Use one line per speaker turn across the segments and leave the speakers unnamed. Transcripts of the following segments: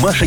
Маша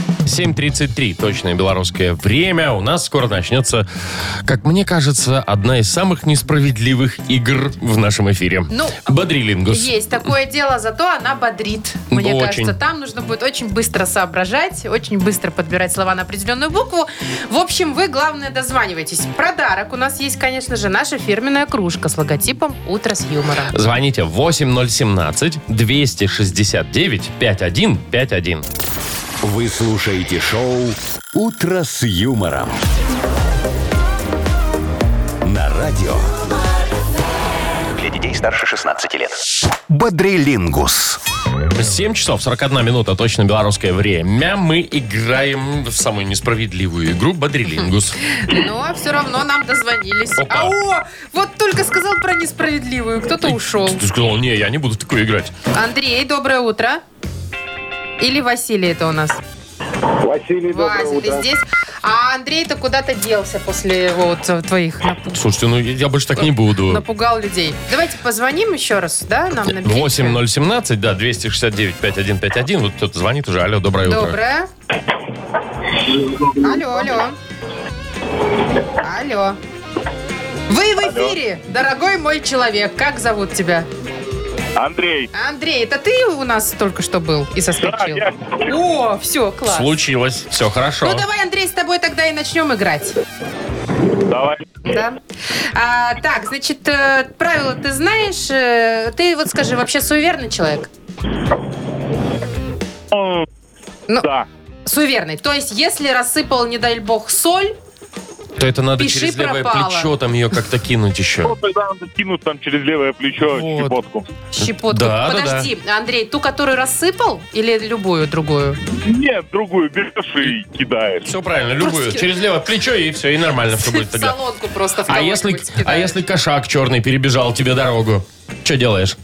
7.33, точное белорусское время. У нас скоро начнется, как мне кажется, одна из самых несправедливых игр в нашем эфире.
Ну,
Бодрилингус.
Есть такое дело, зато она бодрит. Мне
Ну, Очень.
кажется, там нужно будет очень быстро соображать, очень быстро подбирать слова на определенную букву. В общем, вы, главное, дозванивайтесь. Подарок у нас есть, конечно же, наша фирменная кружка с логотипом «Утро с юмором».
Звоните 8017-269-5151.
Вы слушаете шоу «Утро с юмором» на радио.
Для детей старше 16 лет.
Бодрилингус.
7 часов 41 минута, точно белорусское время. Мы играем в самую несправедливую игру «Бодрилингус».
Но все равно нам дозвонились.
Опа.
Ау! Вот только сказал про несправедливую, кто-то ушел.
Ты сказал, не, я не буду в такую играть.
Андрей, доброе утро. Или Василий это у нас?
Василий, доброе
Вася, ты
утро.
здесь? А Андрей-то куда-то делся после вот э, твоих напутствий.
Слушайте, ну я больше так не буду.
напугал людей. Давайте позвоним еще раз, да, нам на билетик.
8017, да, 269-5151. Вот кто-то звонит уже. Алло, доброе утро.
Доброе. Алло, алло. Алло. Вы в эфире, дорогой мой человек. Как зовут тебя?
Андрей.
Андрей, это ты у нас только что был и соскочил?
я.
О, все, класс.
Случилось. Все хорошо.
Ну давай, Андрей, с тобой тогда и начнем играть.
Давай.
Да. А, так, значит, э, правила ты знаешь. Э, ты вот скажи, вообще суеверный человек?
Ну,
Ну,
Да.
Суеверный. То есть, если рассыпал, не дай бог, соль,
То это надо
пиши
через левое
пропало.
плечо там ее как-то кинуть еще.
Ну, тогда надо кинуть там через левое плечо
Вот.
щепотку.
щепотку.
Да, да,
Подожди, Андрей, ту, которую рассыпал, или любую другую?
Нет, другую берешь и кидаешь.
Все правильно, любую.
Просто-
Через левое плечо и все, и нормально все будет
В
тогда.
солонку просто в
А
кого-нибудь
если, а
кидаешь.
если кошак черный перебежал тебе дорогу? Что делаешь?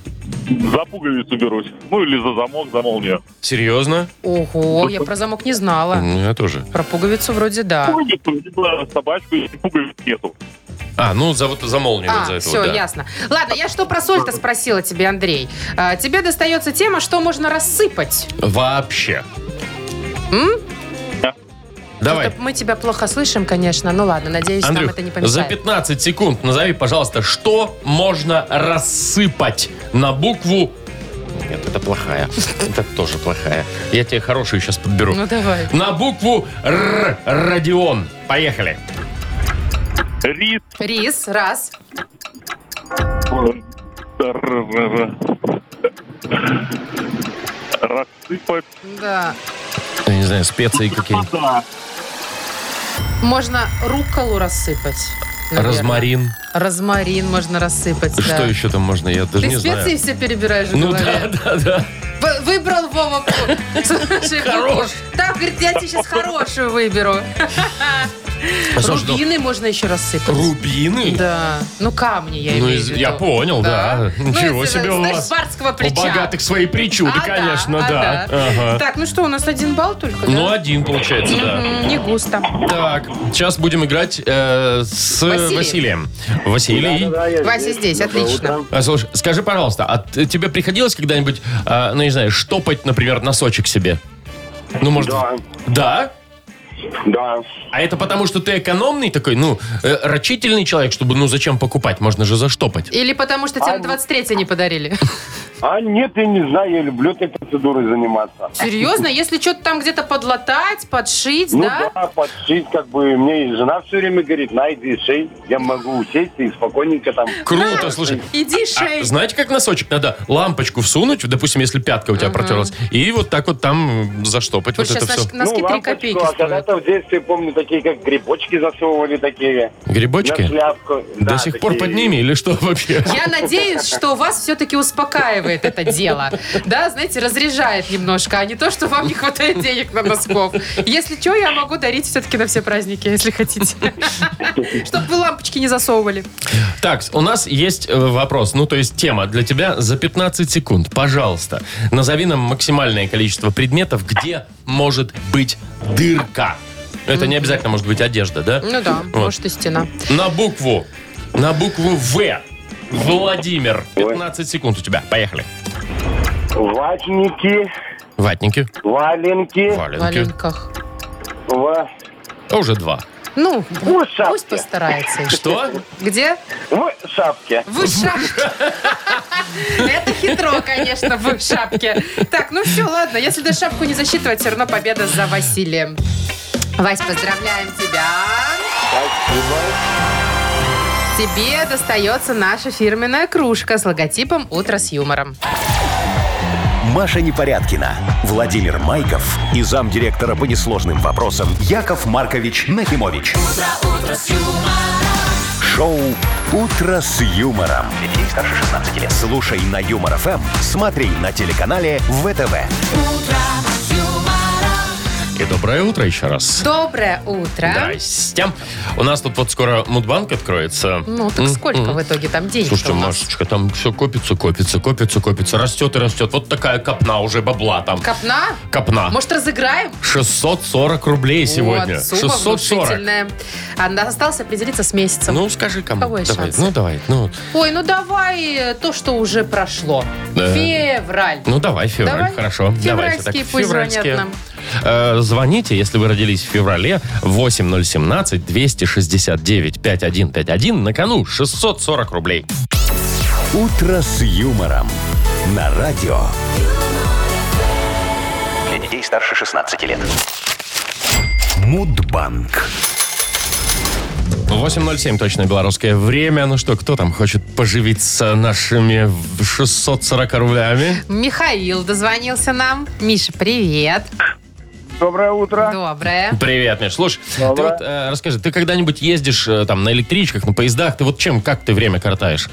За пуговицу берусь. Ну, или за замок, за молнию.
Серьезно? Ну,
Ого, я про замок не знала.
Я тоже.
Про пуговицу вроде да.
Пуговицу, либо собачку, если пуговиц нету.
А, ну за вот за молнию вот
А,
за это
все,
вот, да.
ясно. Ладно, я что про соль-то спросила тебе, Андрей. А, тебе достается тема, что можно рассыпать.
Вообще. Давай.
Это мы тебя плохо слышим, конечно. Ну ладно, надеюсь, нам
Андрюх,
это не
за
помешает.
15 секунд назови, пожалуйста, что можно рассыпать на букву... Нет, это плохая. Это тоже плохая. Я тебе хорошую сейчас подберу.
Ну давай.
На букву Р. Родион. Поехали.
Рис.
Рис, раз.
Рассыпать.
Да.
Я не знаю, специи какие-нибудь.
Да.
Можно рукколу рассыпать. наверное.
Розмарин.
Розмарин можно рассыпать,
Что
да.
еще там можно? Я даже
Ты
не
специи
знаю.
все перебираешь в
Ну
голове.
да, да, да.
В- Выбрал Вова. Слушай,
Хорош.
Так, говорит, я тебе сейчас хорошую выберу.
Слушай, ну,
Рубины можно еще рассыпать.
Рубины?
Да. Ну, камни я
Ну,
имею
из-
в виду.
я понял, да.
Ну,
Ничего
это,
себе у
знаешь,
вас.
барского
У
плеча.
богатых свои причуды,
А, да,
конечно,
а,
да. Ага.
Так, ну что, у нас один балл только, да?
Ну, один получается, да.
М, Не густо.
Так, сейчас будем играть э, с
Василий.
Василием. Василий.
Вася здесь, отлично.
а, Слушай, скажи, пожалуйста, а т- тебе приходилось когда-нибудь, э, ну, не знаю, штопать, например, носочек себе? Ну, может...
Да.
Да?
Да.
А это потому, что ты экономный такой, ну, э, рачительный человек, чтобы, ну, зачем покупать? Можно же заштопать.
Или потому что тебе на 23 не подарили.
А нет, я не знаю, я люблю этой процедурой заниматься.
Серьезно, если что-то там где-то подлатать, подшить,
Ну
да?
да, подшить, как бы мне и жена все время говорит, найди шей, я могу сесть и спокойненько там.
Круто, слушай. А
Иди шей.
знаете, как носочек? Надо лампочку всунуть, допустим, если пятка у тебя протерлась, и вот так вот там заштопать
Потому что
вот это
сейчас
все.
наш- носки 3
лампочку,
копейки
А
стоят.
когда-то в детстве, помню, такие как грибочки засовывали такие. На
Грибочки?
шляпку.
До
Да,
сих пор
такие.
под ними или что вообще?
Я надеюсь, что вас все-таки успокаивает это дело. Да, знаете, разряжает немножко, а не то, что вам не хватает денег на носков. Если что, я могу дарить все-таки на все праздники, если хотите. Чтобы вы лампочки не засовывали.
Так, у нас есть э, вопрос, ну то есть тема для тебя за 15 секунд. Пожалуйста, назови нам максимальное количество предметов, где может быть дырка. Это не обязательно может быть одежда, да?
Ну да,
Вот.
может и стена.
На букву, на букву В. Владимир. 15 секунд у тебя. Поехали.
Ватники,
Ватники,
валенки,
В
валенки.
валенках.
ва-
А Уже два.
Ну,
в
пусть
шапке.
постарается. еще.
Что?
Где?
В шапке.
Вы шапке. Это хитро, конечно, вы в шапке. Так, ну все, ладно. Если даже шапку не засчитывать, все равно победа за Василием. Вась, поздравляем тебя. Тебе достается наша фирменная кружка с логотипом «Утро с юмором».
Маша Непорядкина, Владимир Майков и замдиректора по несложным вопросам Яков Маркович Нахимович. Шоу Утро с юмором. Для детей старше 16 лет. Слушай на юмор ФМ, смотри на телеканале ВТВ.
И доброе утро еще раз.
Доброе утро.
Здрасте. У нас тут вот скоро Мудбанк откроется.
Ну, так
М,
сколько
м.
в итоге там денег
Слушайте,
у нас?
Машечка, там все копится, копится, копится, копится. Растет и растет. Вот такая копна уже бабла там.
Копна?
Копна.
Может, разыграем?
640 рублей сегодня.
Вот, сумма
640.
внушительная. А на- осталось определиться с месяцем.
Ну, скажи кому.
Каковы
Давай.
шансы?
Ну, давай. Ну,
Ой, ну давай э, то, что уже прошло.
Да.
Февраль.
ну давай, февраль.
Давай.
Хорошо. Давайте так.
Февральские пусть звонят нам.
Э, звоните, если вы родились в феврале. 8017-269-5151. На кону 640 рублей.
Утро с юмором. На радио.
Для детей старше 16 лет.
Мудбанк.
8.07 точно белорусское время. Ну что, кто там хочет поживиться нашими в- 640 рублями?
Михаил дозвонился нам. Миша, привет.
Доброе утро.
Доброе.
Привет, Миш. Слушай, ты
Доброе.
вот э, расскажи, ты когда-нибудь ездишь э, там на электричках, на поездах? Ты вот чем, как ты время картаешь?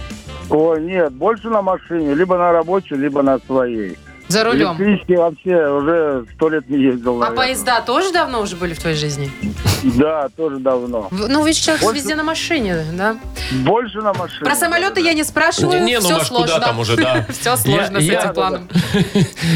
Ой, нет, больше на машине, либо на рабочей, либо на своей.
За рулем.
Электрички вообще уже сто лет не ездил,
А
наверное.
поезда тоже давно уже были в твоей жизни?
Да, тоже давно.
В- Ну, видишь, человек
Больше-
везде на машине, да?
Больше на машине.
Про самолеты я не спрашиваю,
Не, ну,
все
Маш,
сложно.
куда там уже, да.
Все сложно
Я-
с
я-
этим планом.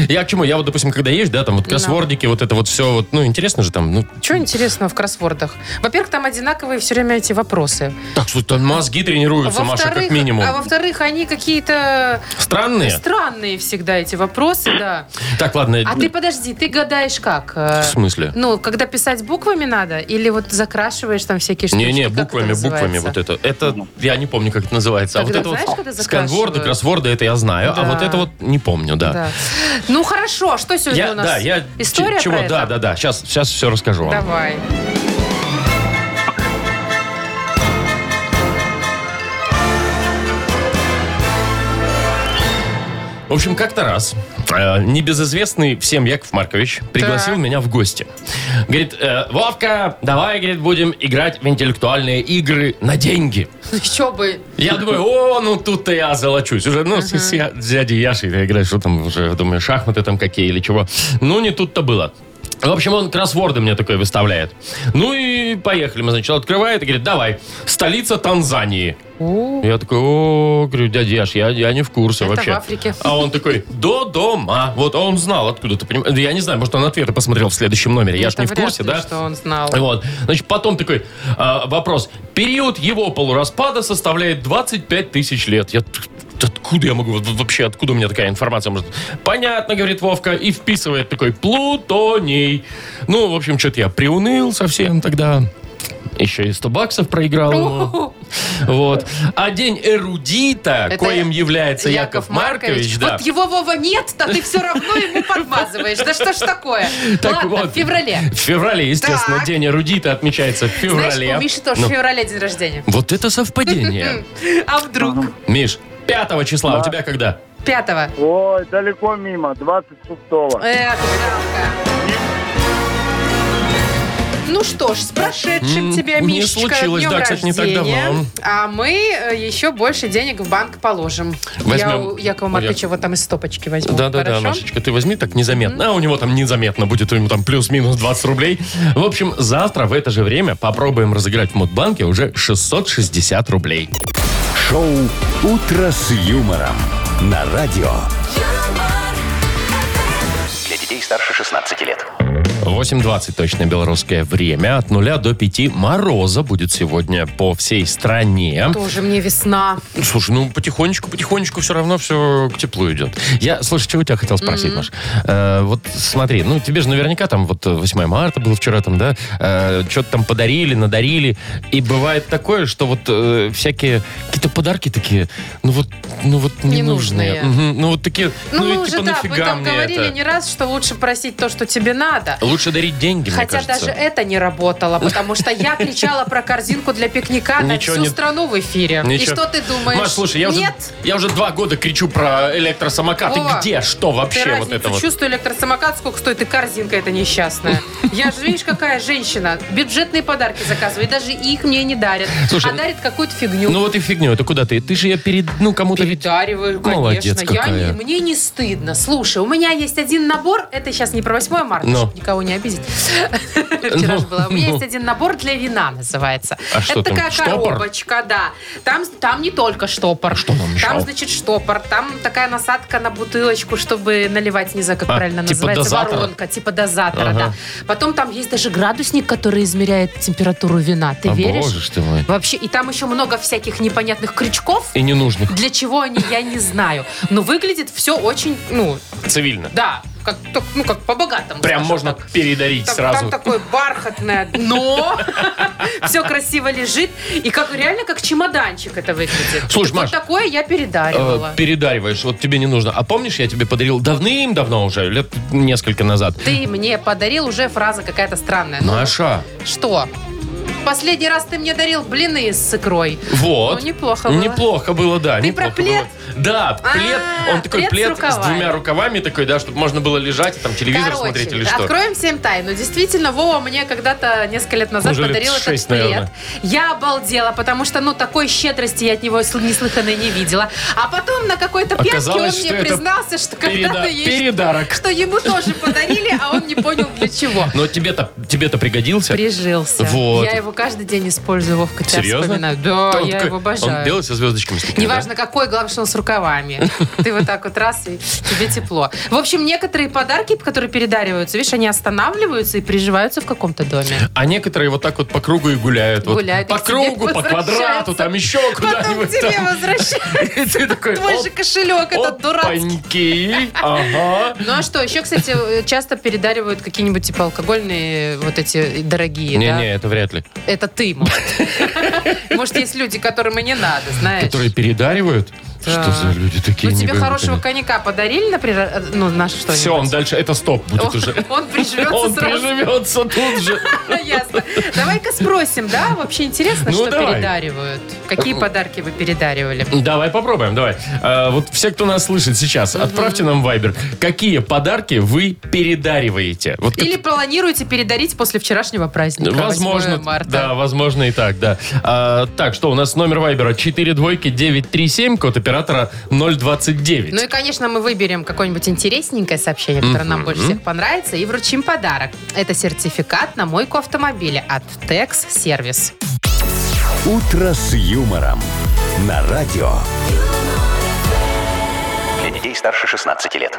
Я к чему? Я вот, допустим, когда ешь, да, там
Ну.
вот кроссвордики, вот это вот все, вот, ну, интересно же там, ну,
Что интересного в кроссвордах? Во-первых, там одинаковые все время эти вопросы.
так что там мозги тренируются, Маша, как минимум.
а во-вторых, они какие-то
Странные.
странные всегда эти вопросы, да.
Так, ладно.
А ты подожди, ты гадаешь как? э,
Э, ну, В смысле?
Ну, когда писать буквами надо, или вот закрашиваешь там всякие штуки?
Не-не, буквами, буквами вот это. Это, я не помню, как это называется.
Ну. Когда,
а вот
знаешь,
это
когда
вот сканворды,
закрашивают?
кроссворды, это я знаю. А
Да.
вот это вот не помню, да.
Ну хорошо, что сегодня
Я,
у нас?
да, я...
История
ч- чего?
про это?
Да, да, да. Сейчас, сейчас все расскажу вам.
Давай.
В общем, как-то раз э, небезызвестный всем Яков Маркович пригласил
Так.
меня в гости. Говорит, э, Вовка, давай, говорит, будем играть в интеллектуальные игры на деньги.
Еще бы.
Я думаю, о, ну тут-то я золочусь. Уже, ну, с, с я- с дядей Яшей я играю, что там уже, думаю, шахматы там какие или чего. Ну, не тут-то было. В общем, он кроссворды мне такое выставляет. Ну и поехали. Мы сначала открывает и говорит, давай, столица Танзании.
У,
Я такой, о, говорю, дядя Яш, я, я не в курсе
Это
вообще.
в Африке.
А он такой, до дома. Вот а он знал откуда, ты понимаешь? Я не знаю, может, он ответы посмотрел в следующем номере. Я ж
Ну, это
не в
вряд
курсе,
ли,
да?
Что он знал.
Вот. Значит, потом такой а, вопрос. Период его полураспада составляет 25 тысяч лет. Я т- т- откуда я могу, вот вообще откуда у меня такая информация может? Понятно, говорит Вовка, и вписывает такой Плутоний. Ну, в общем, что-то я приуныл совсем тогда. Еще и 100 баксов проиграл ему. Вот. А день эрудита,
Это
коим является Яков, Маркович, да.
Вот его Вова нет, а ты все равно ему подмазываешь. Да что ж такое?
Так
Ладно,
вот.
в феврале.
В феврале, естественно,
Так.
день эрудита отмечается в феврале.
Знаешь, у Миши тоже
Ну,
в феврале день рождения.
вот это совпадение.
А вдруг?
Миш, 5 числа у тебя когда?
Пятого.
Ой, далеко мимо, 26-го.
Эх, жалко. Ну что ж, с прошедшим
М,
тебя,
не
Мишечка,
случилось,
днем
да, кстати, не так
рождения.
давно.
А мы э, еще больше денег в банк положим. Я
Возьмем.
у Якова
У
Марковича вот там из стопочки возьму.
Да, да, да,
Хорошо?
Машечка, ты возьми так незаметно. А у него там незаметно будет, у него там плюс-минус 20 рублей. В общем, завтра в это же время попробуем разыграть в Мудбанке уже 660 рублей.
Шоу «Утро с юмором» на радио.
Для детей старше 16 лет.
8.20 точно белорусское время. От 0 до 5 мороза будет сегодня по всей стране.
Тоже мне весна.
Слушай, ну потихонечку, потихонечку все равно все к теплу идет. Я, слушай, чего тебя хотел спросить, Маш? Э, вот смотри, ну тебе же наверняка там вот э, 8 марта было вчера там, да? что-то там подарили, надарили. И бывает такое, что вот э, всякие какие-то подарки такие, ну вот, ну вот ненужные.
Ненужные.
Мгм, ну вот такие, ну,
Ну,
и
мы
типа
уже, да, вы
нафига
там
мне
говорили
это?
не раз, что лучше просить то, что тебе надо.
Лучше дарить деньги, мне
Хотя
кажется.
даже это не работало, потому что я кричала про корзинку для пикника на
Ничего
всю
не-
страну в эфире. И
Ничего.
что ты думаешь?
Маш, слушай, я уже,
Нет?
я уже два года кричу про электросамокаты.
Вова,
Где? Что
Ты
вообще? Вот
разницу
это вот.
чувствую электросамокат, сколько стоит и корзинка эта несчастная. Я же, видишь, какая женщина. Бюджетные подарки заказывает, даже их мне не дарят.
Слушай,
а дарит какую-то фигню.
Ну вот и фигню, это куда ты? Ты же я перед, ну кому-то... ведь-
Передариваю, конечно.
Молодец
Я
какая.
не- мне не стыдно. Слушай, у меня есть один набор. Это сейчас не про 8 марта,
Но.
чтобы никого не обидеть. Вчера же было. У меня
ну.
есть один набор для вина, называется.
А что
Это
там,
такая
штопор?
коробочка, да. Там, там не только штопор.
что нам мешало?
Там, значит, штопор. Там такая насадка на бутылочку, чтобы наливать, не знаю, как
А,
правильно
типа
называется.
дозатора?
Воронка, типа дозатора,
Ага.
да. Потом там есть даже градусник, который измеряет температуру вина. Ты
А,
веришь?
боже ж ты мой.
Вообще, и там еще много всяких непонятных крючков.
И ненужных.
Для чего они, я не знаю. Но выглядит все очень, ну,
Цивильно.
да, как, так, ну, как по-богатому.
Прям
скажем
можно
так.
передарить
Там,
сразу.
там такое бархатное дно, все красиво лежит, и как реально как чемоданчик это выглядит.
Слушай,
Так вот
Маш,
такое я передаривала.
Э, передариваешь, вот тебе не нужно. А помнишь, я тебе подарил давным-давно уже, лет несколько назад.
Ты мне подарил уже фраза какая-то странная. Ну,
Маша,
что? Последний раз ты мне дарил блины с икрой.
вот.
Ну, неплохо было.
Неплохо было, да.
Ты
неплохо
про плед?
было. Да, плед.
А,
Он такой
плед с
плед с,
рукавами.
двумя рукавами такой, да, чтобы можно было лежать и там телевизор
Короче,
смотреть или что.
Откроем всем тайну. Действительно, Вова мне когда-то несколько лет назад
Уже лет
подарил этот
шесть,
плед.
наверное.
Я обалдела, потому что, ну, такой щедрости я от него сл- неслыханной не видела. А потом на какой-то пьянке он
Оказалось,
мне
что это
признался, что когда-то
переда-
есть...
передарок.
Что ему тоже подарили, а он не понял для чего.
Но тебе-то тебе-то пригодился.
Прижился.
Вот.
Я его его каждый день использую, Вовка. Тебя
Серьезно?
вспоминаю. Да,
он
я
такой-
его
Он
обожаю.
белый со звездочками. с такими, да?
Неважно какой, главное, что он с рукавами. Ты вот так вот раз, и тебе тепло. В общем, некоторые подарки, которые передариваются, видишь, они останавливаются и приживаются в каком-то доме.
А некоторые вот так вот по кругу и гуляют. Вот
Гуляют, и
по
к
кругу,
тебе
по квадрату,
возвращаются.
там еще
Потом к
куда-нибудь.
тебе
там.
возвращается
И ты такой,
твой
оп,
же кошелек, этот дурацкий.
опаньки, ага.
Ну а что, еще, кстати, э, часто передаривают какие-нибудь типа алкогольные вот эти дорогие, да?
Не-не, это вряд ли.
Это ты, может. Может, есть люди, которым и не надо, знаешь.
Которые передаривают?
Да.
Что за люди такие?
Ну
не
тебе
пойму,
хорошего
конечно.
коньяка подарили, например, э, ну на что-нибудь?
Все, он дальше, это стоп будет уже.
Он приживется
Он
сразу.
приживется тут же.
Ну, Ясно. Давай-ка спросим, да? Вообще интересно,
Ну,
что
давай.
передаривают. Какие подарки вы передаривали?
Давай попробуем, давай. А, вот все, кто нас слышит сейчас, отправьте нам вайбер. Какие подарки вы передариваете? Вот как-
Или планируете передарить после вчерашнего праздника? 8
Возможно,
марта.
да, возможно и так, да. А, так, что у нас номер Вайбера 4 двойки 937, код оператора 029.
Ну и, конечно, мы выберем какое-нибудь интересненькое сообщение, которое нам больше всех понравится, и вручим подарок. Это сертификат на мойку автомобиля от Tex Сервис.
«Утро с юмором» на радио.
Для детей старше 16 лет.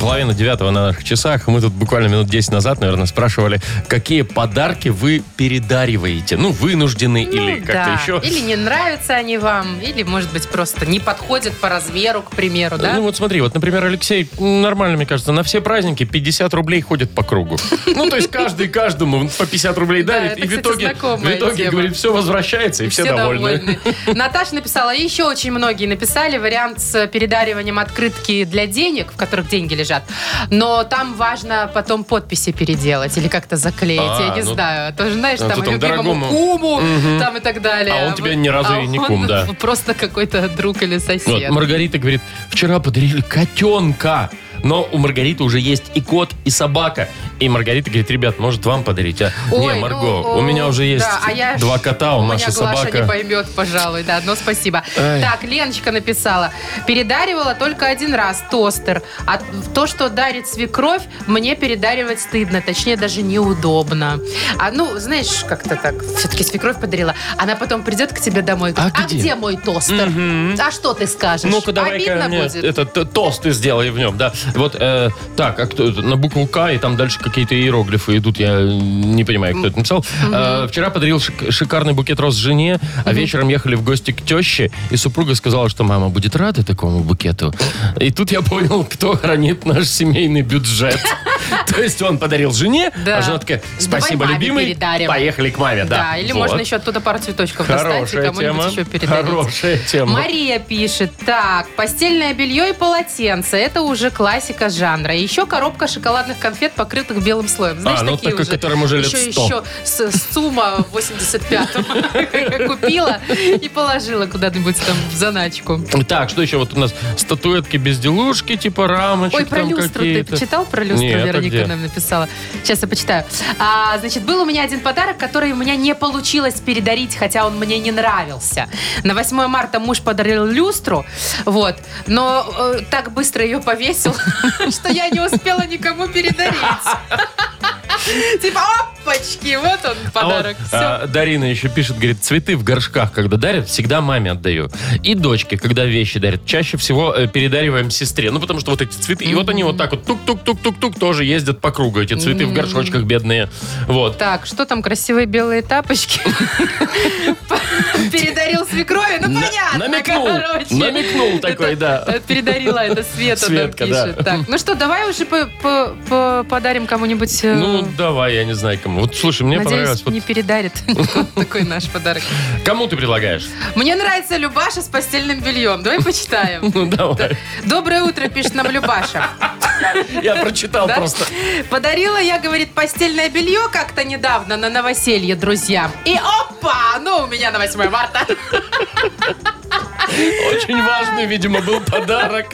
Половина девятого на наших часах. Мы тут буквально минут 10 назад, наверное, спрашивали, какие подарки вы передариваете. Ну, вынуждены или
Ну,
как-то
да.
еще.
Или не нравятся они вам, или, может быть, просто не подходят по размеру, к примеру, да?
Ну вот смотри, вот, например, Алексей, м, нормально, мне кажется, на все праздники 50 рублей ходит по кругу. Ну, то есть каждый каждому по 50 рублей
Да,
дарит,
это,
и в
кстати,
итоге, в
знакомая
итоге
тема.
говорит, все возвращается, и все довольны.
Наташа написала, и еще очень многие написали вариант с передариванием открытки для денег, в которых деньги лежат. Но там важно потом подписи переделать или как-то заклеить.
А,
я не
ну,
знаю. Тоже знаешь,
а
там,
то там
любимому
дорогому.
куму, там и так далее.
А он тебе ни разу
А
и не
он
кум, да.
Просто какой-то друг или
Вот,
сосед.
Маргарита говорит, вчера подарили котенка. Но у Маргариты уже есть и кот, и собака. И Маргарита говорит, ребят, может вам подарить? А?
Ой,
не, Марго,
ну,
у меня уже есть
да, а я ж-
два кота, у
меня
Маши
Глаша не
собака.
поймет, пожалуй. Да, но спасибо.
Ай.
Так, Леночка написала. Передаривала только один раз тостер. А то, что дарит свекровь, мне передаривать стыдно. Точнее, даже неудобно. А ну, знаешь, как-то так. Все-таки свекровь подарила. Она потом придет к тебе домой. и Говорит,
А
а,
где?»
где? мой тостер? А что ты скажешь?
Ну-ка, давай-ка
Обидно
мне
будет.
этот т- тост ты сделай в нем, да. Вот э, так, а кто это? на букву К, и там дальше какие-то иероглифы идут, я не понимаю, кто это написал. Э, вчера подарил шик- шикарный букет роз жене, а вечером ехали в гости к теще, и супруга сказала, что мама будет рада такому букету. И тут я понял, кто хранит наш семейный бюджет. То есть он подарил жене,
Да.
а жена такая,
Давай
спасибо,
маме
любимый,
передарим».
поехали к маме, да.
Да, или
Вот.
можно еще оттуда пару цветочков достать и
Хорошая
кому-нибудь
тема.
еще передарить.
Хорошая тема.
Мария пишет, так, постельное белье и полотенце, это уже классика жанра. И Еще коробка шоколадных конфет, покрытых белым слоем. Знаешь,
А, ну,
такие
такой,
уже.
которым уже лет
еще,
100.
еще с, с ЦУМа в 85-м купила и положила куда-нибудь там в заначку.
Так, что еще? Вот у нас статуэтки безделушки, типа рамочек
Ой, про
там
люстру ты
какие-то.
почитал? Про люстру
Нет, а где?
Вероника нам написала. Сейчас я почитаю. А, значит, был у меня один подарок, который у меня не получилось передарить, хотя он мне не нравился. На 8 марта муж подарил люстру, вот, но э, так быстро ее повесил, что я не успела никому передарить. Типа, опачки, вот он
А вот,
подарок. Все.
а, Дарина еще пишет, говорит, цветы в горшках, когда дарят, всегда маме отдаю. И дочке, когда вещи дарят, чаще всего э, передариваем сестре. Ну, потому что вот эти цветы, и вот они вот так вот тук-тук-тук-тук-тук тоже ездят по кругу, эти цветы в горшочках бедные. Вот.
Так, что там, красивые белые тапочки? Передарил свекрови? Ну,
На-
понятно,
намекнул,
короче.
намекнул Ну, такой, да.
э, Передарила это Света нам
Светка, да.
пишет. Так, ну что, давай уже по- по- по- подарим кому-нибудь... э,
Ну, давай, я не знаю кому. Вот, слушай, мне понравилось.
Надеюсь,
вот
не передарит никто такой наш подарок.
Кому ты предлагаешь?
Мне нравится Любаша с постельным бельем. Давай почитаем.
Ну, давай.
Доброе утро, пишет нам Любаша.
Я прочитал
Да?
просто.
Подарила я, говорит, постельное белье как-то недавно на новоселье друзьям. И опа! Ну, у меня на 8 марта.
Очень важный, видимо, был подарок.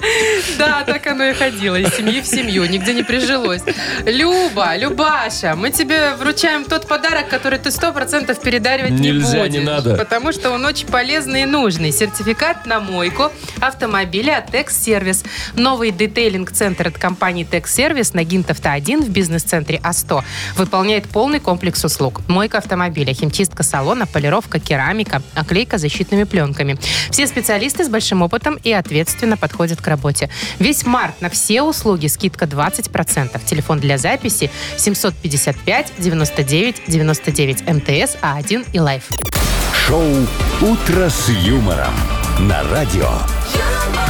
Да, так оно и ходило. Из семьи в семью. Нигде не прижилось. Люба, Любаша, мы тебе вручаем тот подарок, который ты сто процентов передаривать
Нельзя, не
не будешь.
надо.
Потому что он очень полезный и нужный. Сертификат на мойку автомобиля от Tex Сервис. Новый детейлинг-центр от компании Tex Сервис на Гинтовта 1 в бизнес-центре А100 выполняет полный комплекс услуг. Мойка автомобиля, химчистка салона, полировка, керамика, оклейка защитными пленками. Все специалисты с большим опытом и ответственно подходят к работе. Весь март на все услуги скидка 20%. Телефон для записи 755 99 99 МТС А1 А и Лайф.
Шоу «Утро с юмором» на радио.
юмор,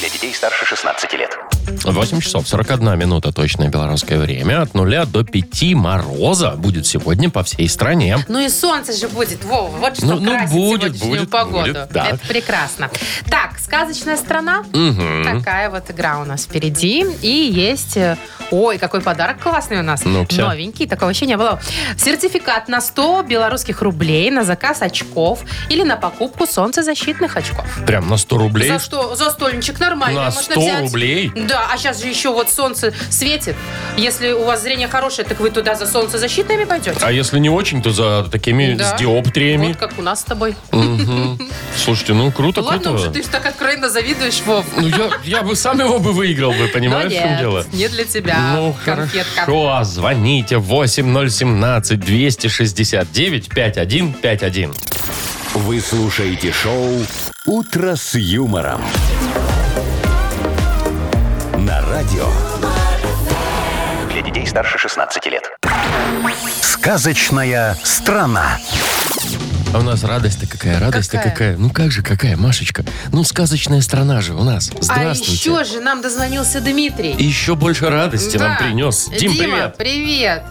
Для детей старше 16 лет.
8 часов 41 минута точное белорусское время. От 0 до 5 мороза будет сегодня по всей стране.
Ну и солнце же будет, Вова, вот что
Ну- ну
красит
будет,
сегодняшнюю
будет,
погоду.
будет, да.
Это прекрасно. Так, сказочная страна. Такая вот игра у нас впереди. И есть... э, Ой, какой подарок классный у нас.
Ну-ка.
Новенький, такого еще не было. Сертификат на 100 белорусских рублей на заказ очков или на покупку солнцезащитных очков.
Прям на 100 рублей.
За что? За стольничек нормально.
На
можно
100
взять.
рублей?
Да, а сейчас же еще вот солнце светит. Если у вас зрение хорошее, так вы туда за солнцезащитными пойдете.
А если не очень, то за такими
Да.
с диоптриями.
Вот как у нас с тобой.
Слушайте, ну круто,
Ладно
круто.
уже, ты ж так откровенно завидуешь, Вов.
Ну я, я бы сам его бы выиграл бы, понимаешь, в чем дело?
не для тебя,
Ну,
конфетка.
хорошо, а звоните 8017-269-5151.
Вы слушаете шоу «Утро с юмором». На радио
Для детей старше 16 лет.
«Сказочная страна».
А у нас радость-то какая, радость-то
Какая?
какая? Ну как же, какая, Машечка? Ну сказочная страна же у нас.
А
Здравствуйте.
еще же нам дозвонился Дмитрий.
И еще больше радости
Да.
нам принес. Дим,
Дима,
привет.
привет.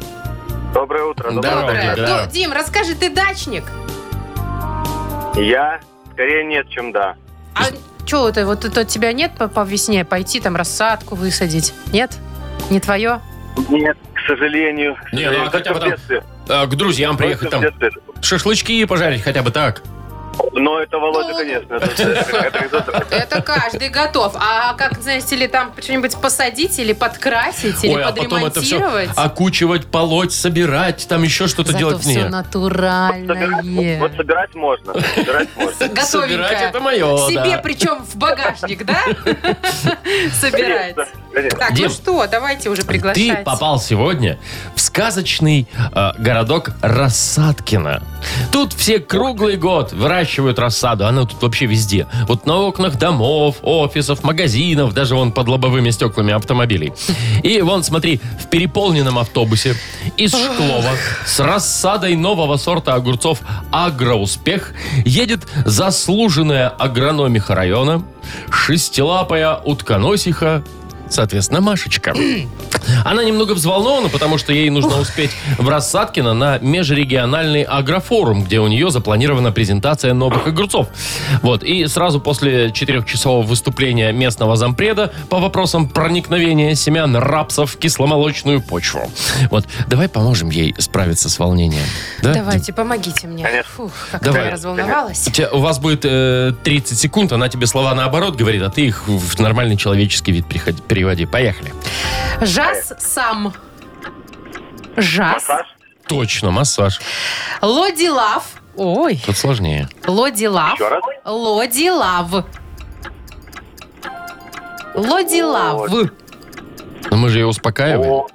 Доброе утро.
Да. Здорово,
Доброе.
да.
Ду- Дим, расскажи, ты дачник?
Я скорее нет, чем да.
А что это, вот это у тебя нет по, по весне пойти там рассадку высадить? Нет? Не твое?
Нет, к сожалению. к
Не, ну, а
сожалению,
хотя бы
только
там
в детстве.
А, к друзьям приехать
Только
там.
в детстве.
Шашлычки пожарить хотя бы так.
Но это Володя,
Ну.
конечно. это- это экзотика.
Это каждый готов. А как, знаете, или там что-нибудь посадить, или подкрасить, или
Ой, а потом это все
подремонтировать?
окучивать, полоть, собирать, там еще что-то
Зато
делать.
все
Не.
натуральное.
Собирать- Вот собирать можно. Собирать можно.
Готовенькое.
Собирать это мое,
Себе
да.
причем в багажник, да? Собирает.
Конечно, конечно.
Так, ну
Дим,
что, давайте уже
Ты
приглашать.
попал сегодня в сказочный э, городок Рассадкино. Тут все круглый год выращивают рассаду. Она тут вообще везде. Вот на окнах домов, офисов, магазинов, даже вон под лобовыми стеклами автомобилей. И вон, смотри, в переполненном автобусе из Шклова с рассадой нового сорта огурцов «Агроуспех» едет заслуженная агрономиха района, шестилапая утконосиха, соответственно, Машечка. Она немного взволнована, потому что ей нужно успеть в Рассадкино на межрегиональный агрофорум, где у нее запланирована презентация новых огурцов. Вот, и сразу после четырехчасового выступления местного зампреда по вопросам проникновения семян рапсов в кисломолочную почву. Вот, давай поможем ей справиться с волнением. Да? Дим?
Давайте, помогите мне.
Конечно.
Фух, как
Давай.
я разволновалась.
У тебя- У вас будет э, 30 секунд, она тебе слова наоборот говорит, а ты их в нормальный человеческий вид приходи- переводи. Поехали.
Жас сам. Жас.
Массаж?
Точно, массаж.
Лодилав. Ой.
Тут сложнее.
Лодилав.
Еще раз?
Лодилав. Лодилав.
Но мы же ее успокаиваем.
О,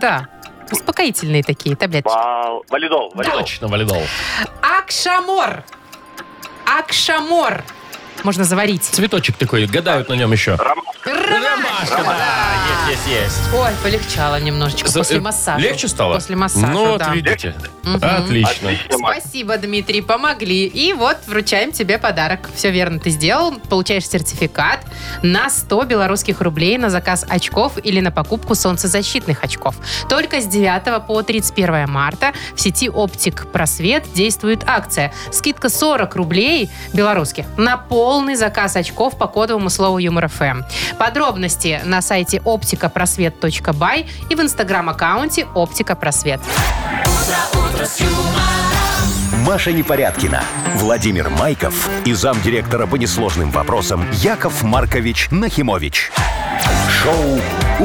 Да. Успокоительные такие таблетки.
вал- Валидол. валидол.
Точно, валидол.
Акшамор. Акшамор. Можно заварить.
Цветочек такой, гадают на нем еще. Ромашка, да, есть, есть, есть.
Ой, полегчало немножечко
За-
после
э,
массажа.
Легче стало?
После массажа,
Ну, вот
да.
видите. Отлично.
Отлично, Маш.
Спасибо, Дмитрий, помогли. И вот вручаем тебе подарок. Все верно ты сделал. Получаешь сертификат на 100 белорусских рублей на заказ очков или на покупку солнцезащитных очков. Только с 9 по 31 марта в сети «Оптик Просвет» действует акция. Скидка 40 рублей белорусских на полный заказ очков по кодовому слову «Юмор ФМ». Подробности на сайте оптикапросвет.бай и в инстаграм-аккаунте «Оптика Просвет».
утро, утро с юмором.
Маша Непорядкина, Владимир Майков и замдиректора по несложным вопросам Яков Маркович Нахимович. Шоу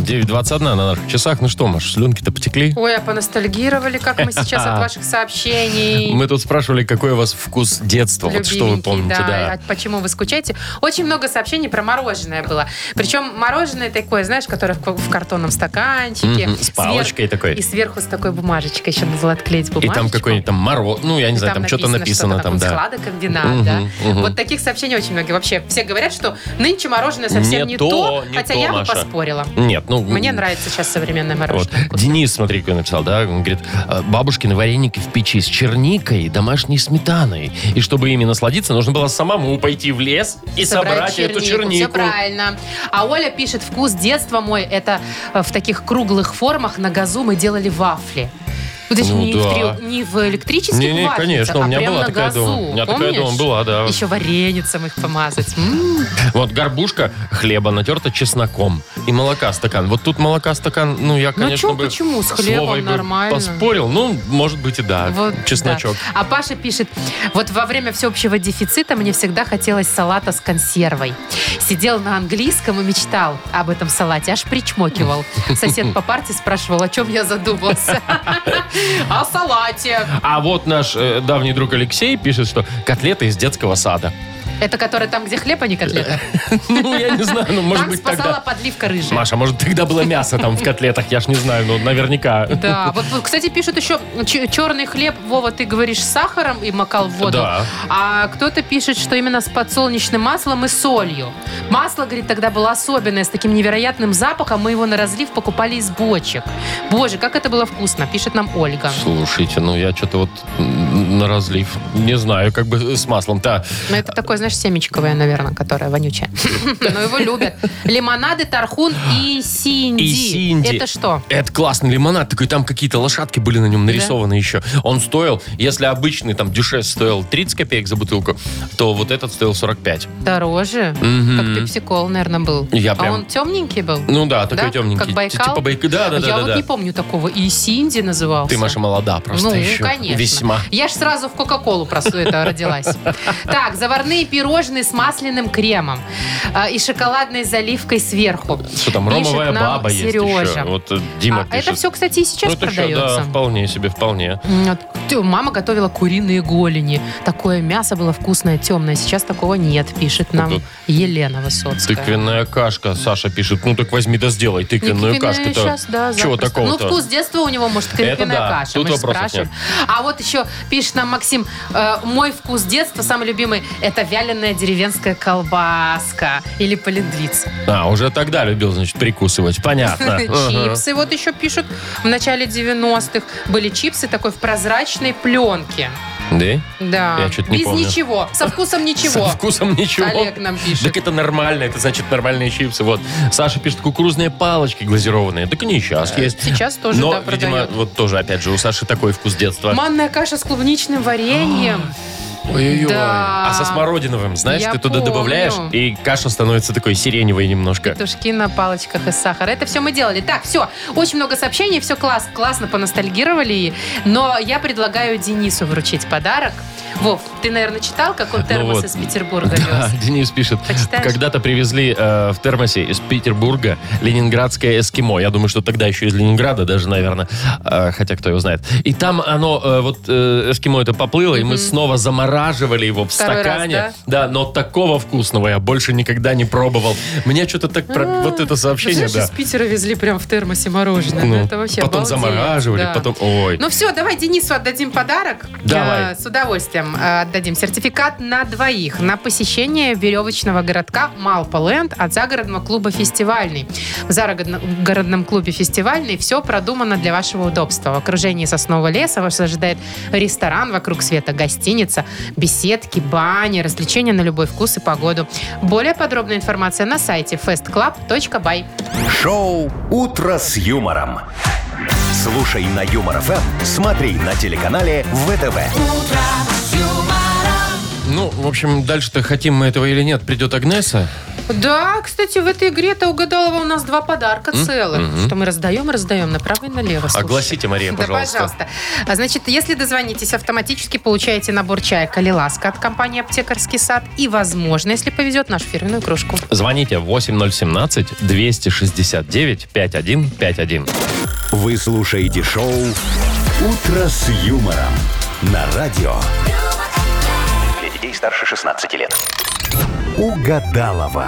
9.21 на наших часах. Ну что, Маш, слюнки-то потекли?
Ой, а поностальгировали, как мы сейчас от ваших сообщений.
Мы тут спрашивали, какой у вас вкус детства. Вот что вы
Любименький,
помните,
А
да.
почему вы скучаете? Очень много сообщений про мороженое было. Причем мороженое такое, знаешь, которое в, в картонном стаканчике.
Мгм, с
Сверх-
палочкой такой.
И сверху с такой бумажечкой. Еще надо было отклеить
И
бумажечку.
там какой-нибудь там мороз, ну, я не
И
знаю, там, что-то написано
что-то
там, да.
Склада комбинат,
Мгм,
да.
мгм.
Вот таких сообщений очень много. И Вообще, все говорят, что нынче мороженое совсем
Не
не,
то, не
хотя
то,
я
Маша.
бы поспорила.
Нет, ну...
Мне нравится сейчас современное
Вот.
мороженое. вкусно.
Денис, смотри, какой написал, да, он говорит, «А, бабушкины вареники в печи с черникой и домашней сметаной. И чтобы ими насладиться, нужно было самому пойти в лес и собрать, эту
Все
чернику.
правильно. А Оля пишет, вкус детства мой, это э, в таких круглых формах на газу мы делали вафли. Ну, то есть
Ну
не,
да.
в трё- не в электрических
Не-не,
вафлицах,
конечно, у
а
меня
прям
была
на
такая
газу.
дома. У меня такая
Помнишь?
дома была, да.
Еще вареницем их помазать. М.
Вот горбушка хлеба натерта чесноком и молока стакан. Вот тут молока стакан, ну я, конечно,
чё,
бы
почему? С хлебом
Вовой бы
нормально.
поспорил. Ну, может быть и да.
Вот,
Чесночок.
да. А Паша пишет, вот во время всеобщего дефицита мне всегда хотелось салата с консервой. Сидел на английском и мечтал об этом салате, аж причмокивал. Сосед по парте спрашивал, о чем я задумался. О салате.
А вот наш э, давний друг Алексей пишет, что котлеты из детского сада.
Это который там, где хлеб, а не котлета?
Ну, я не знаю, ну, может
Там
быть
спасала
тогда...
подливка рыжая.
Маша, может, тогда было мясо там в котлетах, я ж не знаю, ну, наверняка.
Да, вот, вот, кстати, пишут еще ч- черный хлеб, Вова, ты говоришь, с сахаром и макал в воду.
Да.
А кто-то пишет, что именно с подсолнечным маслом и солью. Масло, говорит, тогда было особенное, с таким невероятным запахом. Мы его на разлив покупали из бочек. Боже, как это было вкусно, пишет нам Ольга.
Слушайте, ну я что-то вот м, на разлив, не знаю, как бы с маслом. Да,
Ну, это такое, знаешь, семечковое, наверное, которое вонючее. Но его любят. Лимонады, тархун и синди.
И синди.
Это что?
Это классный лимонад, такой там какие-то лошадки были на нем нарисованы еще. Он стоил, если обычный там дюшес стоил 30 копеек за бутылку, то вот этот стоил 45.
Дороже?
Мгм.
Как пепсикол, наверное, был.
Я
А
прям-
он темненький был?
Ну да, такой
Да?
темненький.
Как Байкал?
Типа Байк- Да, да, да,
Я
да,
вот
да.
не помню такого. И Синди назывался.
Ты, Маша, молода просто
ну,
еще.
конечно.
Весьма.
Я ж сразу в Кока-Колу просто это родилась. Так, заварные пирожные с масляным кремом а, и шоколадной заливкой сверху.
Что там,
Пишет
ромовая
нам
баба есть
Сережа.
еще. Вот э, Дима
А
пишет.
это все, кстати, и сейчас
Ну, это еще, да,
продается.
вполне себе, вполне.
М, вот, тю, Мама готовила куриные голени. Такое мясо было вкусное, темное. Сейчас такого нет, пишет нам
Вот.
Елена Высоцкая.
Тыквенная кашка, Саша пишет. Ну так возьми да сделай тыквенную
Тыквенная
кашку-то.
щас, да,
Чего
запросто.
такого-то?
Ну, вкус детства у него, может, тыквенная
да,
каша.
тут
мы же
вопросов
спрашиваем. А вот еще пишет нам Максим, э, мой вкус детства, самый любимый, это вяленая деревенская колбаска или полендвица.
А, уже тогда любил, значит, прикусывать. Понятно. Ага.
Чипсы вот еще пишут. В начале 90-х были чипсы такой в прозрачной пленке.
Да?
Да.
Я чё-то не
Без
помню.
ничего. Со вкусом ничего.
Со вкусом ничего.
Олег нам пишет.
Так это нормально, это значит нормальные чипсы. Вот. Саша пишет, кукурузные палочки глазированные. Так они и сейчас есть.
Э, Сейчас тоже,
Но,
да,
видимо,
продают.
вот тоже, опять же, у Саши такой вкус детства.
Манная каша с клубничным вареньем.
Ой-ой-ой.
Да.
А со смородиновым, знаешь,
Я
ты туда
помню.
добавляешь, и каша становится такой сиреневой немножко.
Петушки на палочках из сахара. Это все мы делали. Так, все. Очень много сообщений, все класс, классно поностальгировали. Но я предлагаю Денису вручить подарок. Вов, ты, наверное, читал, как он термос
Ну вот.
из Петербурга
Да,
вез?
Денис пишет.
Почитаешь?
Когда-то привезли э, в термосе из Петербурга ленинградское эскимо. Я думаю, что тогда еще из Ленинграда даже, наверное. Э, хотя кто его знает. И там оно, э, вот э, эскимо это поплыло, и мы снова замораживали его в
Второй раз,
стакане. да? но такого вкусного я больше никогда не пробовал. Мне что-то так... про- Вот это сообщение,
А, Знаешь,
да.
из Питера везли прям в термосе мороженое.
Ну,
это вообще
потом
обалдеть.
замораживали,
Да.
потом... Ой.
Ну все, давай Денису отдадим подарок.
Давай.
Э, С удовольствием э, отдадим сертификат на двоих на посещение веревочного городка Малполэнд от загородного клуба «Фестивальный». В загородном клубе «Фестивальный» все продумано для вашего удобства. В окружении соснового леса вас ожидает ресторан вокруг света, гостиница, беседки, бани, развлечения на любой вкус и погоду. Более подробная информация на сайте festclub.by.
Шоу «Утро с юмором». Слушай на Юмор ФМ, смотри на телеканале ВТВ.
Ну, в общем, дальше-то хотим мы этого или нет, придет Агнеса
Да, кстати, в этой игре ты угадала у нас два подарка целых, что мы раздаем и раздаем направо и налево. слушай.
Огласите, Мария, пожалуйста.
Да, пожалуйста. А, Значит, если дозвонитесь, автоматически получаете набор чая «Калиласка» от компании «Аптекарский сад» и, возможно, если повезет, нашу фирменную кружку.
Звоните 8017-269-5151.
Вы слушаете шоу «Утро с юмором» на радио
Для детей старше 16 лет.
«Угадалова».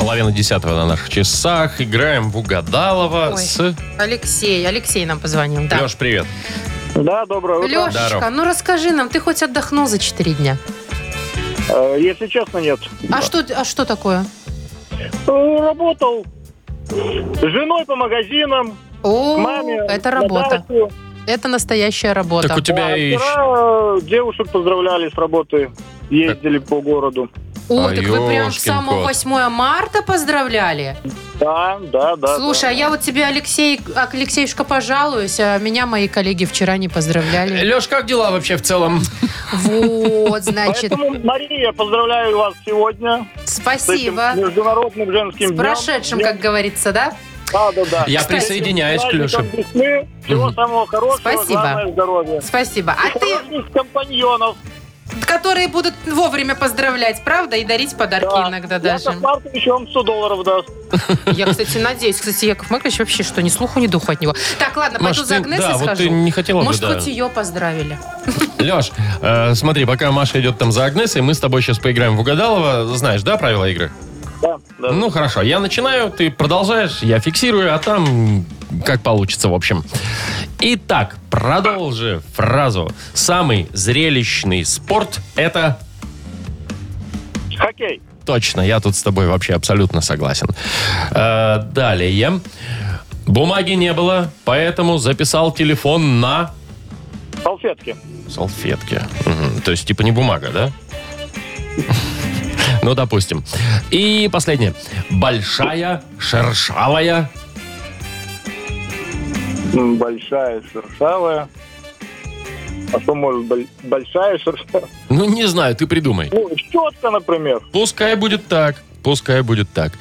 Половина десятого на наших часах. Играем в Угадалова
Ой.
с...
Алексей, Алексей нам позвонил. Да.
Леш, привет.
Да, доброе утро.
Лешечка,
Здорово.
ну расскажи нам, ты хоть отдохнул за 4 дня?
Э, Если честно, нет.
А что, а что такое?
Э, Работал с женой по магазинам,
О,
маме.
это
на
работа.
дачу.
Это настоящая работа.
Так у тебя
А
и... щ-
вчера э, девушек поздравляли с работы, ездили по городу.
О,
А,
так вы прям с
ёшкин
самого
кот.
8 марта поздравляли?
Да, да, да.
Слушай, а я вот тебе, Алексей, а, Алексеюшка, пожалуюсь, а меня мои коллеги вчера не
Э,
поздравляли.
Леш, как дела вообще в целом?
Вот,
да.
значит,
Поэтому, Мария, поздравляю вас сегодня с этим
спасибо.
международным женским
С
днем.
прошедшим,
Днем
как говорится, да?
Да, да, да.
Я
С этим
присоединяюсь к
праздником
Лёше.
весны. Всего
Мгм.
самого хорошего,
Спасибо.
главное здоровья.
Спасибо. А ты,
Хороших компаньонов.
которые будут вовремя поздравлять, правда, и дарить подарки иногда даже.
Яков Маркович вам 100 долларов даст.
Я, кстати, надеюсь. Кстати, Яков Маркович вообще что, ни слуху, ни духу от него. Так, ладно,
Маш,
пойду за
ты- да,
Агнесой
вот ты
схожу.
не хотела
Может,
бы, да.
хоть ее поздравили.
Леш, э, смотри, пока Маша идет там за Агнесой, мы с тобой сейчас поиграем в Угадалова. Знаешь, да, правила игры?
Да, да.
Ну, хорошо. Я начинаю, ты продолжаешь, я фиксирую, а там как получится, в общем. Итак, продолжи фразу. Самый зрелищный спорт – это...
Хоккей.
Точно, я тут с тобой вообще абсолютно согласен. Э, далее. Бумаги не было, поэтому записал телефон на
Салфетки.
салфетке. Мгм. То есть, типа, не бумага, да? Ну, допустим. И последнее. Большая, шершавая,
М, Большая, шершавая. А что может боль- большая шершавая?
Ну, не знаю, ты придумай.
Ну, щетка, например.
Пускай будет так. Пускай будет так.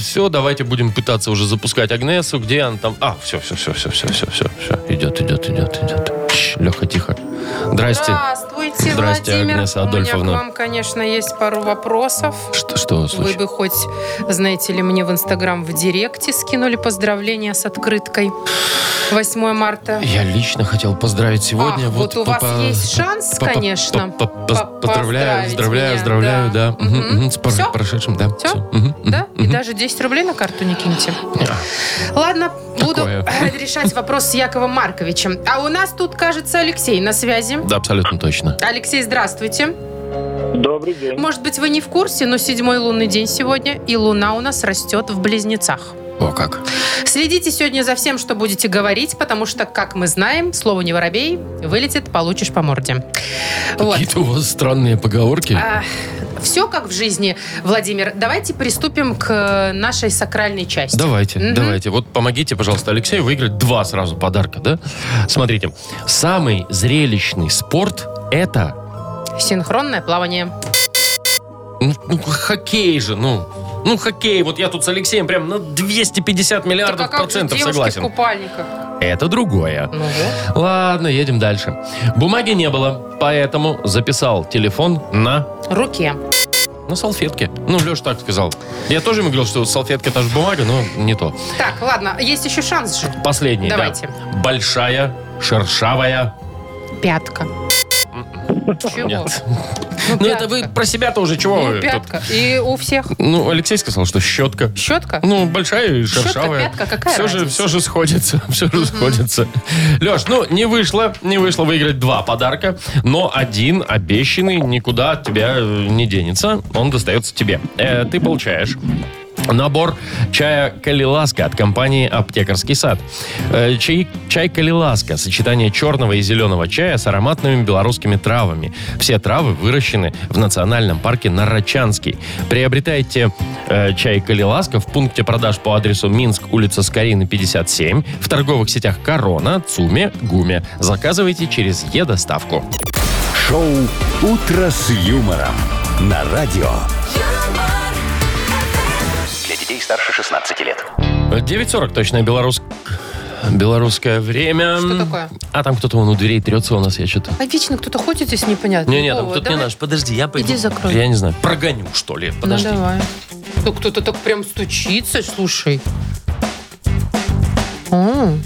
все, давайте будем пытаться уже запускать Агнесу. Где она там? А, все, все, все, все, все, все, все, все. Идет, идет, идет, идет. Леха, тихо. Здрасте.
Здравствуйте,
Здрасте,
Владимир.
Агнеса
У
Адольфовна.
меня к вам, конечно, есть пару вопросов.
Что, что
Вы
случилось?
бы хоть, знаете ли, мне в Инстаграм в Директе скинули поздравления с открыткой 8 марта.
Я лично хотел поздравить сегодня.
А, вот у вас
по-
есть шанс,
по- по-
конечно,
по- по-
по-
Поздравляю,
поздравить
поздравляю,
меня,
поздравляю, да.
да.
Мгм,
Мгм.
мгм, С пор-
Всё?
прошедшим, да.
Всё?
Мгм, мгм,
Да? И
мгм.
даже 10 рублей на карту не киньте. Ладно, буду
Такое.
решать вопрос с Яковом Марковичем. А у нас тут, кажется, Алексей на связи.
Да, абсолютно точно.
Алексей, здравствуйте.
Добрый день.
Может быть, вы не в курсе, но седьмой лунный день сегодня, и луна у нас растет в близнецах.
О, как.
Следите сегодня за всем, что будете говорить, потому что, как мы знаем, слово не воробей, вылетит, получишь по морде. Вот. А,
Какие-то у вас странные поговорки.
Все как в жизни, Владимир. Давайте приступим к э, нашей сакральной части.
Давайте,
Мгм.
давайте. Вот помогите, пожалуйста, Алексею выиграть два сразу подарка, да? Смотрите, самый зрелищный спорт это
Синхронное плавание.
ну, ну, хоккей же, ну. Ну, хоккей, вот я тут с Алексеем прям на 250 миллиардов
Так а как же
процентов
девушки
согласен.
в купальниках?
Это другое.
Ну вот.
Ладно, едем дальше. Бумаги не было, поэтому записал телефон на,
Руке.
на салфетке. Ну, Леша так сказал. Я тоже ему говорил, что салфетка та же бумага, но не то.
Так, ладно, есть еще шанс же.
Последний, да.
Давайте.
Большая, шершавая.
Пятка. Чего?
Нет.
Ну,
Ну,
пятка.
это вы про себя-то уже чего?
Ну,
вы тут?
пятка. И у всех
Ну, Алексей сказал, что щетка.
щетка?
Ну, большая и
Щетка,
шершавая.
пятка, какая
все же,
разница?
все же сходится, все же сходится. Леш, ну, не вышло, не вышло выиграть два подарка, но один обещанный никуда от тебя э, не денется, он достается тебе. Э, ты получаешь Набор чая «Калиласка» от компании «Аптекарский сад». Э, Чай, чай «Калиласка» – сочетание черного и зеленого чая с ароматными белорусскими травами. Все травы выращены в национальном парке Нарачанский. Приобретайте э, чай «Калиласка» в пункте продаж по адресу Минск, улица Скорины, 57, в торговых сетях «Корона», «Цуме», «Гуме». Заказывайте через «Е-доставку».
Шоу «Утро с юмором» на радио
юмор,
детей старше 16 лет.
9.40 точное белорус... белорусское время.
Что такое?
А там кто-то вон у дверей трется у нас, я что-то...
А вечно кто-то ходит здесь непонятно.
Не-не, там кто-то не наш. Подожди, я пойду.
Иди закрой.
Я не знаю. Прогоню, что ли.
Ну
Подожди.
давай. Ну, кто-то так прям стучится, слушай.
А.
М.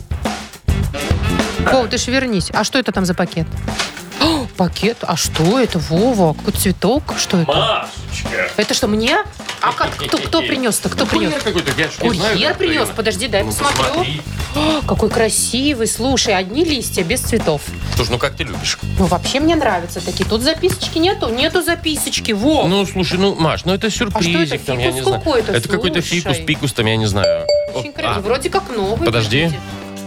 Вов, ты же вернись. А что это там за пакет? О, пакет? А что это, Вова? Какой цветок? Что это?
А, Машечка.
Это что, мне? А как? Кто, кто принес-то? Кто принес?
Курьер какой-то, Ну, я ж не знаю,
Курьер
как
принес?
правильно.
Подожди, дай
Ну,
посмотрю.
посмотри.
О, какой красивый. Слушай, одни листья без цветов.
Слушай, ну как ты любишь?
Ну, вообще мне нравятся такие. Тут записочки нету? Нету записочки. Во!
Ну, слушай, ну, Маш, ну это сюрпризик, там, я
Фикус
не знаю.
какой-то,
это какой-то
слушай.
фикус, пикус, там, я не знаю.
Очень
О,
красиво.
а,
Вроде как новый.
Подожди.
видите?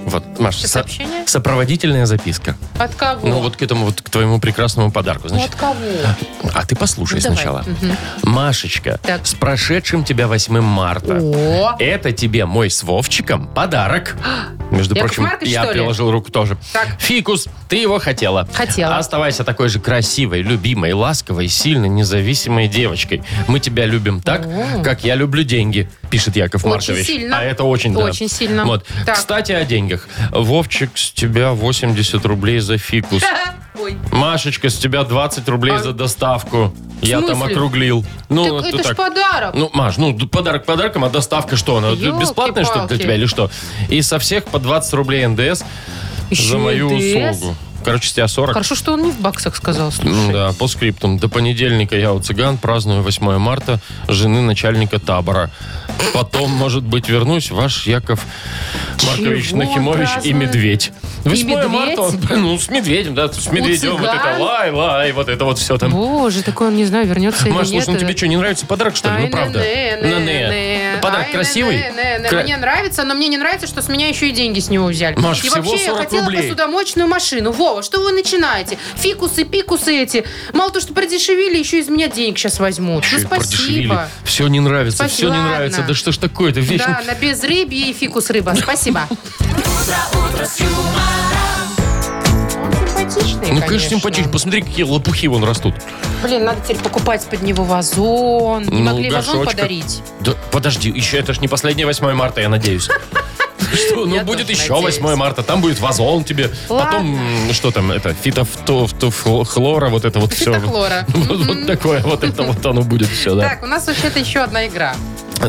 вот, Маш,
Что,
со-
сообщение?
сопроводительная записка.
От кого?
Ну, вот к этому, вот к твоему прекрасному подарку.
Ну,
Значит,
от кого?
А ты послушай
Ну, давай.
сначала.
Мгм.
Машечка,
Так.
с прошедшим тебя 8 марта.
О,
Это тебе мой с Вовчиком подарок. Между
Яков
прочим,
Маркович,
я
что ли?
приложил руку тоже.
Так.
Фикус, ты его хотела.
Хотела.
Оставайся такой же красивой, любимой, ласковой, сильной, независимой девочкой. Мы тебя любим так,
О.
как я люблю деньги, пишет Яков
Очень
Маркович.
сильно.
А это очень, да.
Очень сильно.
Вот.
Так.
Кстати, о деньгах. Вовчик, с тебя 80 рублей за фикус.
Ой. А.
Машечка, с тебя 20 рублей за доставку. Я там
смысле?
округлил. Ну,
Так
вот
это
ты
ж подарок.
Ну, Маш, ну, д- подарок подарком, а доставка что? Она д- бесплатная, что ли, для
Ёлки-палки.
тебя или что? И со всех по 20 рублей НДС
Ещё
за мою
НДС?
услугу. Ну, Короче, с тебя 40.
Хорошо, что он не в баксах сказал,
М,
слушай.
Да, по скриптам. До понедельника я у цыган праздную 8 марта жены начальника табора. Потом, может быть, вернусь, ваш Яков Маркович
Чего
Нахимович и
празднует?
медведь. 8
медведь?
марта, он, ну, с медведем, да, с медведем, вот
цыган?
это лай-лай, вот это вот все там.
Боже, такой он, не знаю, вернется или
Маш, слушай,
нет. э,
ну тебе что, не нравится подарок, что ли?
Ай,
Ну, правда.
не-не,
На-не.
не-не.
Ну, Подарок
Ай,
красивый?
не-не, не-не.
Кра-
Мне нравится, но мне не нравится, что с меня еще и деньги с него взяли.
Маш,
и
всего
вообще
40
я хотела
рублей.
посудомоечную машину. Вова, что вы начинаете? Фикусы, пикусы эти. Мало то, что продешевили, еще из меня денег сейчас возьмут.
Чё,
ну спасибо.
продешевили. Все не нравится,
Спасибо,
все не
ладно.
нравится. Да что ж такое-то
Да,
вечно.
на безрыбье и фикус рыба. Спасибо. Он симпатичный,
Ну, конечно, симпатично. Посмотри, какие лопухи вон растут.
Блин, надо теперь покупать под него вазон. Не
Ну,
могли вазон
горшочка.
подарить.
Да, подожди, еще это ж не последнее 8 марта, я надеюсь. Что, ну,
Я
будет
тоже
еще
надеюсь.
8 марта, там будет вазон тебе. Потом, м, что там, это, фитофтофтохлора, вот это вот все.
Фитохлора.
Вот, вот такое, вот это вот оно будет все, да.
Так, у нас вообще-то еще одна игра.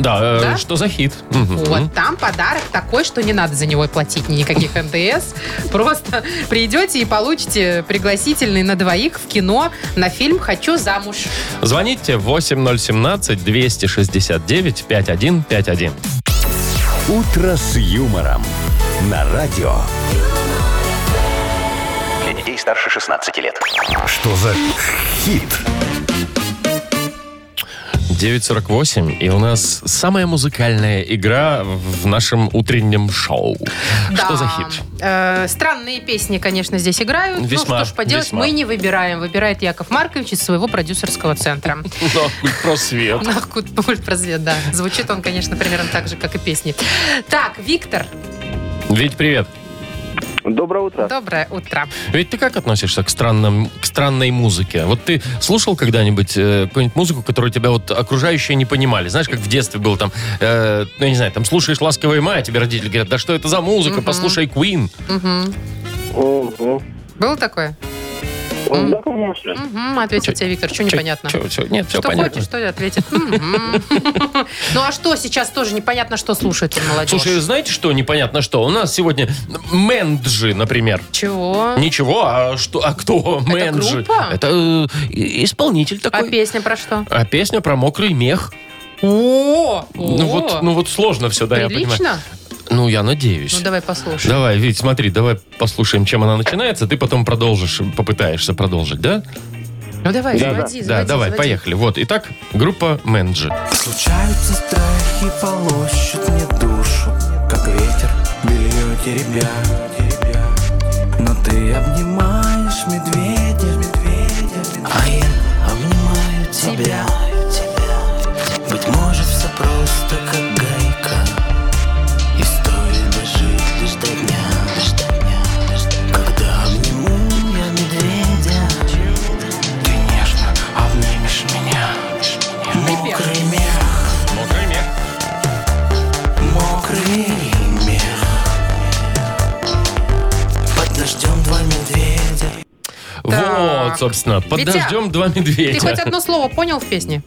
Да, э,
Да?
что за хит? Мгм.
Вот там подарок такой, что не надо за него и платить никаких НДС. Просто придете и получите пригласительный на двоих в кино на фильм «Хочу замуж».
Звоните 8017-269-5151.
«Утро с юмором» на радио.
Для детей старше 16 лет.
Что за хит?
9.48, и у нас самая музыкальная игра в нашем утреннем шоу. Что
Да.
за хит?
Э, странные песни, конечно, здесь играют. ну,
Весьма,
что ж поделать,
весьма.
мы не выбираем. Выбирает Яков Маркович из своего продюсерского центра. Ну,
просвет.
На просвет, да. Звучит он, конечно, примерно так же, как и песни. Так, Виктор,
Ведь привет.
Доброе утро.
доброе утро.
Ведь ты как относишься к, странным, к странной музыке? Вот ты слушал когда-нибудь э, какую-нибудь музыку, которую тебя вот окружающие не понимали? Знаешь, как в детстве было там, э, ну, я не знаю, там слушаешь «Ласковая мая», а тебе родители говорят, да что это за музыка, послушай Queen.
Мгм.
Угу.
Было такое?
Ну, Да, конечно.
Мгм, ответил тебе Виктор, что непонятно?
Чё- чё- нет, все
что
понятно.
хочешь, что и ответит. Мгм. Ну а что сейчас тоже непонятно, что слушается молодежь.
Слушай, знаете что, непонятно что? У нас сегодня менджи, например.
чего?
Ничего, а что, а кто менджи?
группа?
Это э, и- исполнитель
А
такой.
песня про что?
А песня про мокрый мех.
О,
Ну вот, ну вот сложно все, да, я понимаю.
прилично.
Ну я надеюсь.
Ну давай послушаем.
Давай, Вить, смотри, давай послушаем, чем она начинается. Ты потом продолжишь, попытаешься продолжить, да?
Ну давай,
Да,
заводи,
да, давай,
заводи, заводи.
поехали. Вот, итак, группа Менджи.
Случаются страхи, полощут мне душу Как ветер, белье теребя Но ты обнимаешь медведя, А я обнимаю тебя Быть может все просто как гайка И стоит дожить лишь до дня Когда обниму я медведя Ты нежно обнимешь меня Мокрый мех
Мокрый мех.
так.
собственно. Под
Витя,
дождем два
Ты хоть
медведя.
одно слово понял в песне?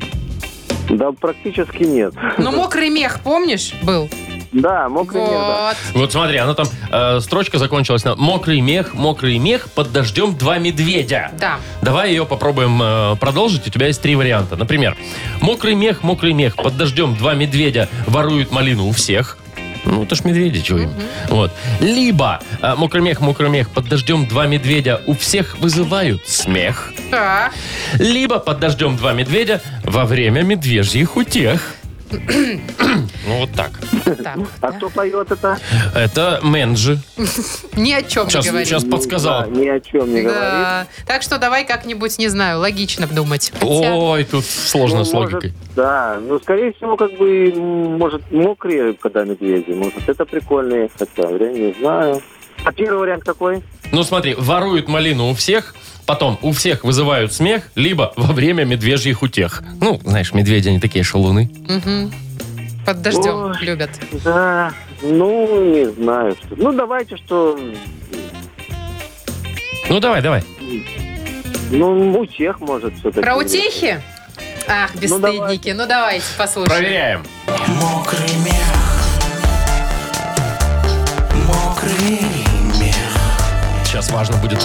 Да практически нет.
Ну, мокрый мех, помнишь, был?
Да, мокрый мех, да.
Вот.
Вот смотри, она там, э, строчка закончилась на «Мокрый мех, мокрый мех, под дождем два медведя».
Да.
Давай ее попробуем э, продолжить. У тебя есть три варианта. Например, «Мокрый мех, мокрый мех, под дождем два медведя воруют малину у всех». Ну, это ж медведи, чего им. Вот. Либо э, «Мокрый мех, мокрый мех, под дождем два медведя у всех вызывают смех».
Так.
Либо «Под дождем два медведя во время медвежьих утех». Ну, вот так.
так, да.
А кто поет это?
Это Менджи.
Ни о чем
Сейчас,
не говори.
сейчас подсказал.
Да, ни о чем не говорит.
Да. Так что давай как-нибудь, не знаю, логично думать. Хотя-
Ой, тут сложно
Ну,
с
может,
логикой.
Да, ну, скорее всего, как бы, м, может, мокрые, когда медведи, может, это прикольные, хотя, я не знаю. А первый вариант какой?
Ну смотри, воруют малину у всех, потом у всех вызывают смех, либо во время медвежьих утех. Ну, знаешь, медведи, они такие шалуны.
Мгм. Под дождем
Ой.
любят.
Да, ну, не знаю. Что... Ну, давайте, что,
Ну давай, давай.
ну, утех, может, все-таки.
Про утехи? Ах, бесстыдники. Ну, давайте послушаем.
Проверяем.
Мокрый мех. Мокрый мех.
Сейчас важно будет.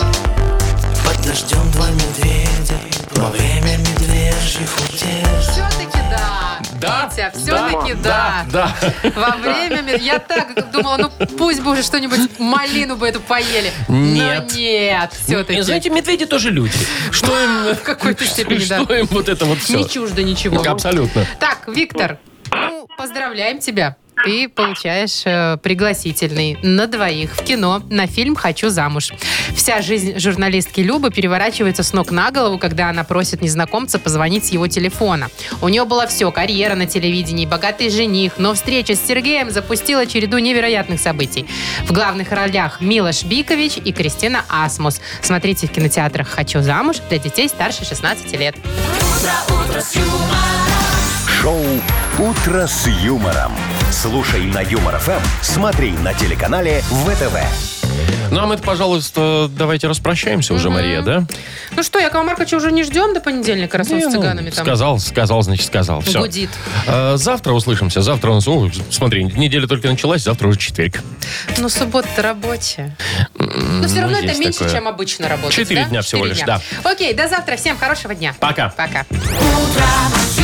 Под дождем два медведя. Во время медвежьих утех.
Все-таки да.
Да,
Витя, все-таки да.
Да.
Во время... мед- Я так думала, ну пусть бы уже что-нибудь, малину бы эту поели.
Нет.
Но нет, все-таки.
И знаете, медведи тоже люди. Что им...
В какой-то степени, да.
Что им вот это вот все?
Не чуждо ничего.
Абсолютно.
Так, Виктор, ну, поздравляем тебя. Ты получаешь э, пригласительный на двоих в кино на фильм «Хочу замуж». Вся жизнь журналистки Любы переворачивается с ног на голову, когда она просит незнакомца позвонить с его телефона. У нее было все – карьера на телевидении, богатый жених, но встреча с Сергеем запустила череду невероятных событий. В главных ролях Милош Бикович и Кристина Асмус. Смотрите в кинотеатрах «Хочу замуж» для детей старше 16 лет.
Шоу «Утро с юмором». Слушай на Юмор ФМ, смотри на телеканале ВТВ.
Ну, а мы, пожалуйста, давайте распрощаемся уже, Мария, да?
Ну что, Якова Марковича уже не ждем до понедельника, раз он
Не,
с
ну,
цыганами там
Сказал, сказал, значит, сказал. Все.
гудит.
Завтра услышимся. Завтра у нас... О, смотри, неделя только началась, завтра уже четверг.
Но суббота-то рабочая. Но все равно
ну,
это
есть
меньше,
такое.
чем обычно работать.
Четыре
да?
дня всего
Четыре
лишь,
дня. Окей, до завтра. Всем хорошего дня.
Пока.
Пока.
Утро с